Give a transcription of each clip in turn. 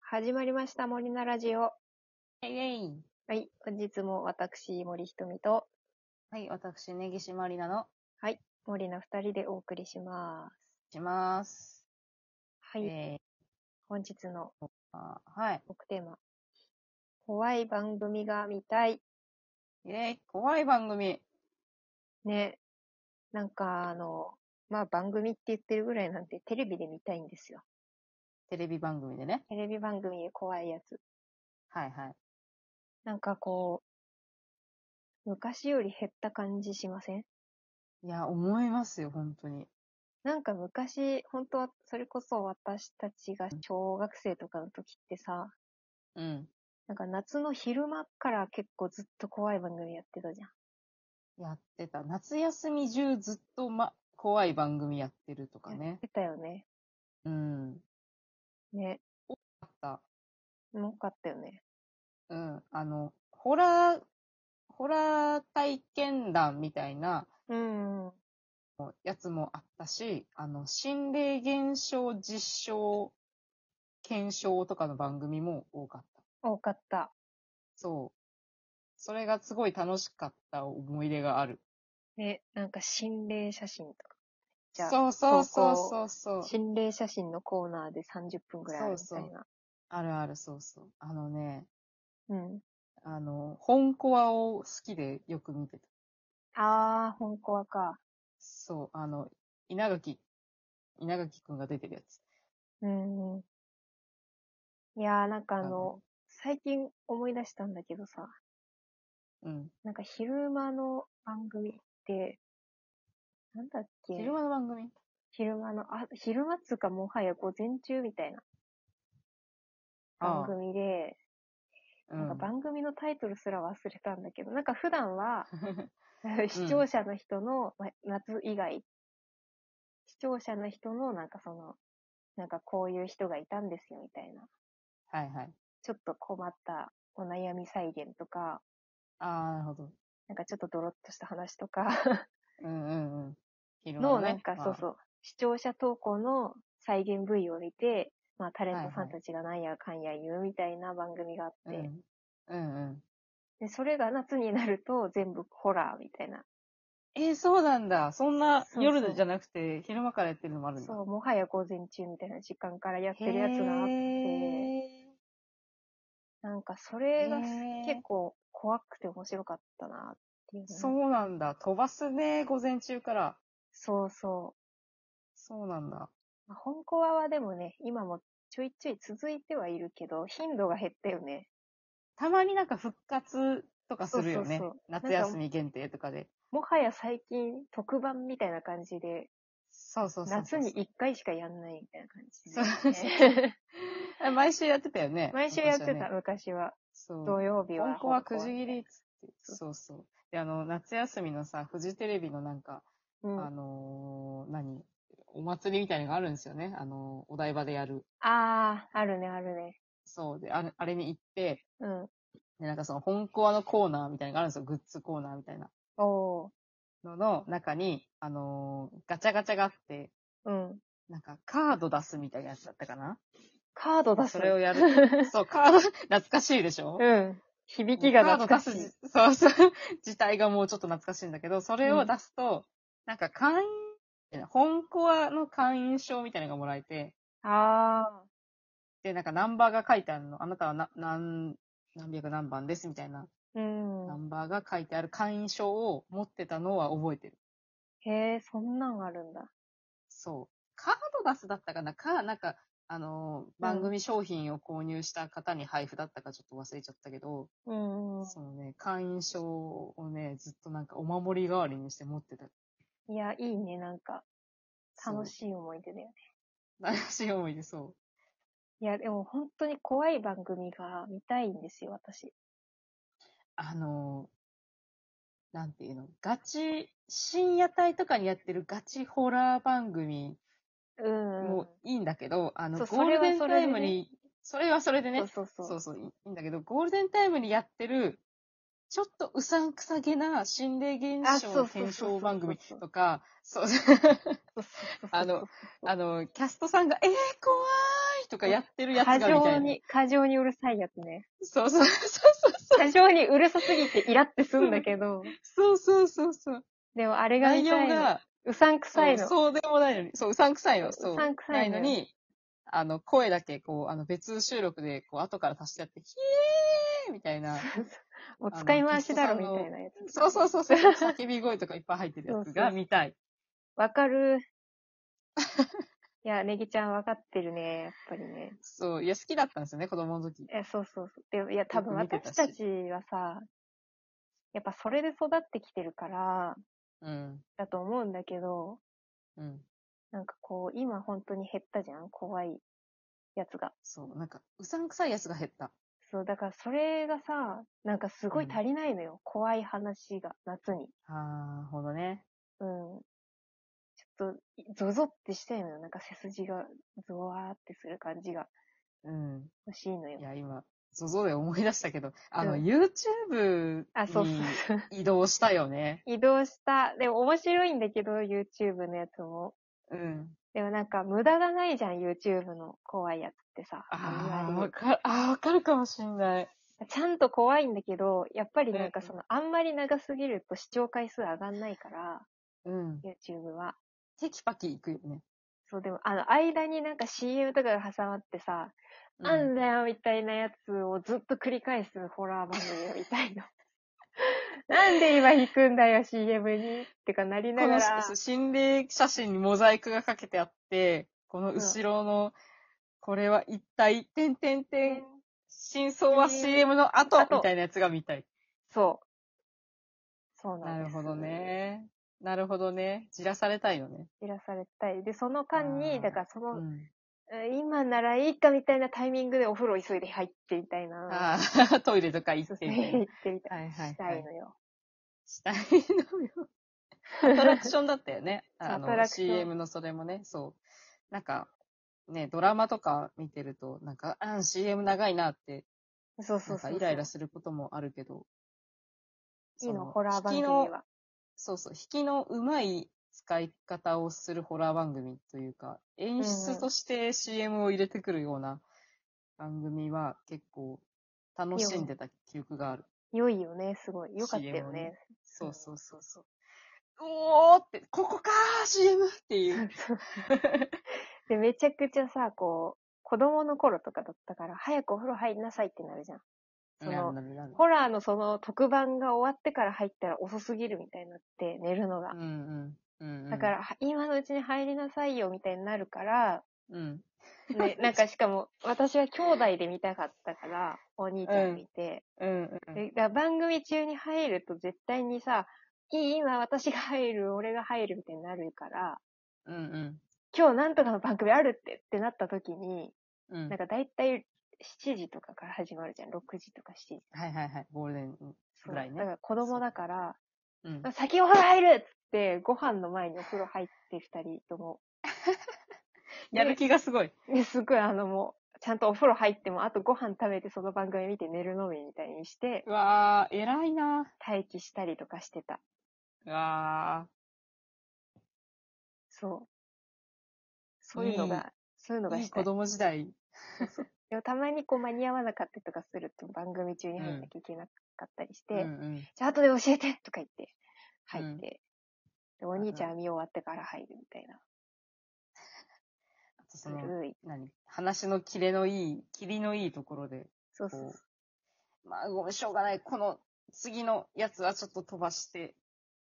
始まりました、森菜ラジオ。イェイイェイはい、本日も私、森ひとみとはい、私、根岸まりなの、森菜二人でお送りします。します。はい、え本日のーあはい。トークテーマ。怖い番組が見たい。イェイ怖い番組。ね。なんか、あの、まあ、番組って言ってるぐらいなんで、テレビで見たいんですよ。テレビ番組でね。テレビ番組で怖いやつ。はいはい。なんかこう、昔より減った感じしませんいや、思いますよ、本当に。なんか昔、本当は、それこそ私たちが小学生とかの時ってさ、うん。なんか夏の昼間から結構ずっと怖い番組やってたじゃん。やってた。夏休み中ずっと、ま、怖い番組やってるとかやっね。てたよね。うん。ね。あった。多かったよね。うん。あの、ホラー、ホラー体験談みたいなうんうん。やつもあったし、あの、心霊現象実証検証とかの番組も多かった。多かった。そう。それがすごい楽しかった思い出がある。ね。なんか心霊写真とか。じゃあそうそうそう投そうそう。心霊写真のコーナーで30分ぐらいあるみたいな。そうあるあるそうそう。あのね、うん。あの、本コアを好きでよく見てた。あー、本コアか。そう、あの、稲垣、稲垣くんが出てるやつ。うんうん。いやー、なんかああのの、最近思い出したんだけどさ、うん。なんか昼間の番組って、なんだっけ昼間の番組昼間の、あ、昼間っつうかもはや午前中みたいな番組で、うなんか ん。番組のタイトルすら忘れたんだけど、なんか普段 は ん視聴者の人の、ま夏以外、視聴者の人のなんかその、なんかこういう人がいたんですよみたいな、はいはい。ちょっと困ったお悩み再現とか、ああ、なるほど。なんかちょっとドロッとした話とかうんうんうん。昼間の、ねなんかそうまそう、視聴者投稿の再現部位を見て、まあタレントさはんいはたいちがなんやかんや言うみたいな番組があっあて、うんうんうん。で、それが夏になると全部ホラーみたいな。えー、そうなんだ。そんなそうそう夜じゃなくて昼間からやってるのもあるんだ。そう、もはや午前中みたいな時間からやってるやつがあって、へーなんかそれがすへー結構怖くて面白かったなっていう、ね。そうなんだ。飛ばすね、午前中から。そうそそうなんだ。う。まあ本コアはでもね、今もちょいちょい続いてはいるけど、頻度が減ったよね。たまになんか復活とかするよね。そうそうそう夏休み限定とかで。もはや最近特番みたいな感じで、そうそうそうそ夏う。に1回しかやんないみたいなそう感じで、ね。え毎週やってたよね。毎週やって昔はた、ね昔は。そう。土曜日は。本校はく本じコア切りっつって。そうそう。で、あの、夏休みのさ、フジテレビのなんか、うん、あのー何お祭りみたいのがあるんですよね。あのーお台場でやる。ああ、あるね、あるね。そう。で、あれあれに行って、うん。で、なんかその本コアのコーナーみたいなのがあるんですよ。グッズコーナーみたいな。おのの中に、あのーガチャガチャがあって、ー。うん。なんかカード出すみたいなやつだったかなカード出す。それをやる。そう、カード、懐かしいでしょうん。響きが懐かしカードい出。す。そうそう。自体がもうちょっと懐かしいんだけど、それを出すと、なんか会員、本コアの会員証みたいなのがもらえて、あで、なんかナンバーが書いてあるの。あなたはな、何、何百何番ですみたいな、ー。うナん。ンバーが書いてある会員証を持ってたのは覚えてる。へえ、そんなんあるんだ。そう。カード出すだったかなか、なんか、あのー、番組商品を購入した方に配布だったかちょっと忘れちゃったけど、うんうん。そのね、会員証をね、ずっとなんかお守り代わりにして持ってた。いや、いいね、なんか、楽い。しい思い出だよね。楽しい思い出、そいや、でも本当に怖い番組が見たいんですよ、私。う。あのー、なんていうの、ガチ、深夜帯とかにやってるガチホラー番組うん。もいいんだけど、あの、そうゴールデンそれはタそれでねイムに、それはそれでね、そうそうそそうう。そう、いいんだけど、ゴールデンタイムにやってるちょっとうさんくさげな心霊現象検証番組とか、 そう、あの、あの、キャストさんが、えー、怖いとかやってるやつが過みたいな。剰に、過剰にうるさいやつね。そうそうそうそう。過剰にうるさすぎてイラってすんだけど、そうそうそうそう。でもあれが内見容たいの。が、うさんくさいの。そうそうでもないのに、そう、うさんくさいの、そう。うさんくさいのなよいのに、あの、声だけ、こう、あの、別収録で、こう、後から足してやって、ひえーみたいな。もう使い回しだろみたいなやつ。そうそうそう、そう叫び声とかいっぱい入ってるやつが見たい。わかる。 いや、ネギちゃんわかってるね、やっぱりね。そう、いや、好きだったんですよね、子供の時。え、そうそうそう。で、いや、多分よく見てた私したちはさ、やっぱそれで育ってきてるから、うん。だと思うんだけど、うん。なんかこう、今本当に減ったじゃん怖いやつが。そう、なんか、うさんくさいやつが減った。そう、だからそれがさ、なんかすごい足りないのよ。怖い話が、夏に。あー、ほどね。うん。ちょっと、ゾゾってしたいのよ。なんか背筋が、ゾワーってする感じがうん。欲しいのよい。や、今、ゾゾで思い出したけど、あの、うん YouTube あ、そうそうにそう。 移動したよね。移動した。でも面白いんだけど、YouTube のやつも。うん。でもなんか無駄がないじゃん、YouTube の怖いやつってさ。ああ、いわわゆかる、あーわかるかもしんない。るちゃんと怖いんだけど、やっぱりなんかうんその、あんまり長すぎると視聴回数上がんないから、うん。 YouTube は。テキパキいくよね。そう、でもあの、間になんか CM とかが挟まってさ、うんなんだよみたいなやつをずっと繰り返すホラー番組みたいな。 なんで今引くんだよ CM にってかなりなこがのら。そう心霊写真にモザイクがかけてあって、この後ろの、これは一体、てんてんてん、真相は CM の後後みたいなやつが見たい。そう。そうななんるです。ほど。ね。なるほどね。じらされたいよね。いらされたい。で、その間あに、ーだからそうの、ん。えー今ならいいかみたいなタイミングでお風呂急いで入ってみたいな。ああ、 トイレとか行そうっそてうみ 行たいなっ。てみたい。はいはいはいしたいのよ。したい のよ。アトラクションだったよね。そうあアトラの、クション CM のそれもね、そう。なんか、ね、ドラマとか見てると、なんか、あん、CM 長いなって、 そうそなうんそかう。イライラすることもあるけど。いいその、のホラー番引き組のは。そうそう、引きのうまい使い方をするホラー番組というか、演出として CM を入れてくるような番組は結構楽しんでた記憶がある。良いよね、すごい。良かったよね。そうそうそうそう。おーって、ここかー !CM! っていう。 で、めちゃくちゃさ、こう、子供の頃とかだったから、早くお風呂入りなさいってなるじゃん。その、なるなるホラーのその特番が終わってから入ったら遅すぎるみたいになって、寝るのがう。んうん。うんだか、ら、は今のうちに入りなさいよみたいになる から、うん。ね、なんかしかも、私は兄弟で見たかったから、お兄ちゃん見て。うんうん。でだから番組中に入ると絶対にさ、いい、今私が入る、俺が入るみたいになるから、うんうん。今日なんとかの番組あるってってなった時に、うんなん。か大体7時とかから始まるじゃん。6時とか7時。はいはいはい。ゴールデンそうぐらいねだ。から子供だから、うん。先お風呂入るっつって、ご飯の前にお風呂入って二人とも。 やる気がすごい。で、すごいあのもう、ちゃんとお風呂入っても、あとご飯食べてその番組見て寝るのみみたいにして、うわー、偉いな待機したりとかしてた。うわそう。そういうのが、いいそういうのがー、いしいたい子供時代。でもたまにこう間に合わなかったりとかすると番組中に入んなきゃいけなかったりして、うんうんじゃあ後で教えてとか言って、入って、でお兄ちゃんは見終わってから入るみたいな。あとすその、るい。何話のキレのいい、キリのいいところで、そうそうこう、まあごめん、しょうがない。この次のやつはちょっと飛ばして、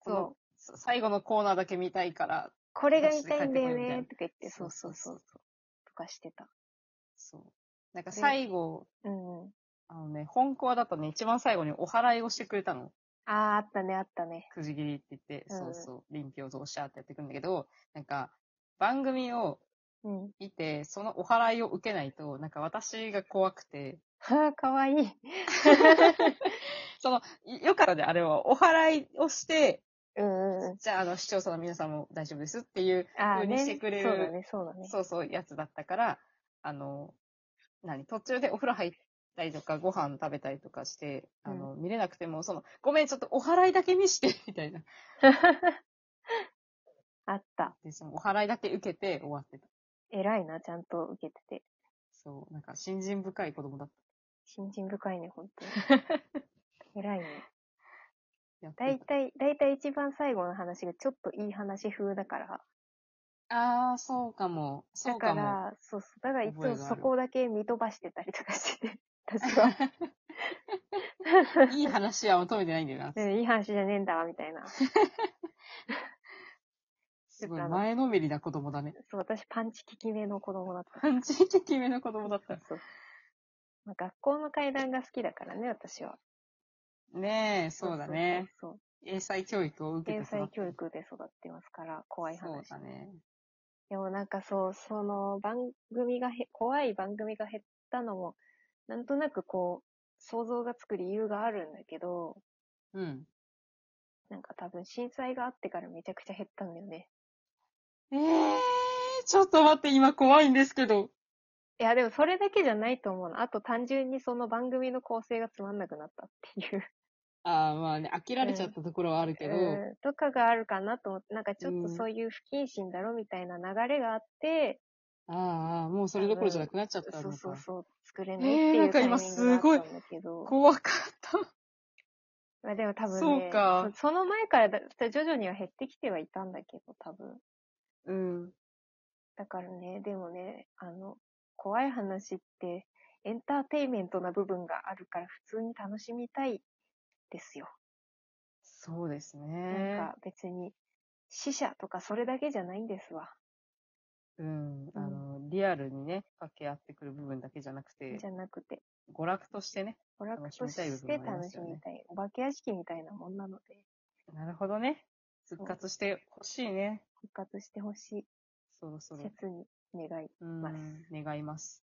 こそうの。さ最後のコーナーだけ見たいから、これが見たいんだよこっちで帰ってこいみたいねなとか言って、そそそううそううそそうう。とかしてた。そう。なんかで最後、うんうん。あのね、本コアだとね、一番最後にお祓いをしてくれたの。ああ、あったね、あったね。くじ切りって言って、うんそうそう、臨氷同士ってやってくるんだけど、なんか、番組を うん。見て、そのお祓いを受けないと、なんか私が怖くて、はあ、かわいい。その、いよかったで、あれは、お祓いをして、うんうんうん。じゃあ、あの、視聴者の皆さんも大丈夫ですっていう、ああ風ね。にそしてくれるうだね、そうだね。そうそう、やつだったから、あの、何、途中でお風呂入ったりとか、ご飯食べたりとかして、うあんの、見れなくても、その、ごめん、ちょっとお払いだけ見して、 みたいな。あった。で、その、お払いだけ受けて終わってた。偉いな、ちゃんと受けてて。そう、なんか、信心深い子供だっ信心深いね、本 当に。偉いね。た。やってだいたたい、だいたい一番最後の話がちょっといい話風だから。ああ、そうかも。そだうかかも。ら、そうそう。だからいつ覚もえがあるそこだけ見飛ばしてたりとかして て、私は。いい話は求めてないんだよな。ねいい話じゃねえんだわ、みたいな。すごい、前のめりな子供だ ね。そう、私パンチ効き目の子供だった。パンチ的めの子供だった。そう。まあ、学校の階段が好きだからね、私は。ねえ、そうだね。そうそうそう。英才教育を受けて天育才った教育で育ってますから、怖いそう話。だね。でもなんかそう、その番組がへ、怖い番組が減ったのも、なんとなくこう、想像がつく理由があるんだけど、うん。なんか多分震災があってからめちゃくちゃ減ったんだよね。ええー、ちょっと待って、今怖いんですけど。いや、でもそれだけじゃないと思うの。あと単純にその番組の構成がつまんなくなったっていう。ああ、まあね、飽きられちゃったところはあ るけど、うんとかがあるかなと思って、なんかちょっうとんそういう不謹慎だろみたいな流れがあって、ああ、もうそれどころじゃなくなっちゃったそのうそうか。そう、作れないってえーいなんうかタイミン今グがあったんだけど。怖かった。まあでも多分ね、そうかそその前からだ徐々には減ってきてはいたんだけど、多分。うん。だからね、でもね、あの、怖い話ってエンターテインメントな部分があるから普通に楽しみたいですよ。そうですなんね。か別に死者とかそれだけじゃないんですわ。うん。あの、リアルにね、掛け合ってくる部分だけじゃなくてじ、ゃなくて、娯楽としてね。娯楽として楽楽ししみたい部分もありまみすよねたい。お化け屋敷みたいなもんなので、なるほどね。復活してほしいね。復活してほしい。そろそろ。切に願い。うんます。願います。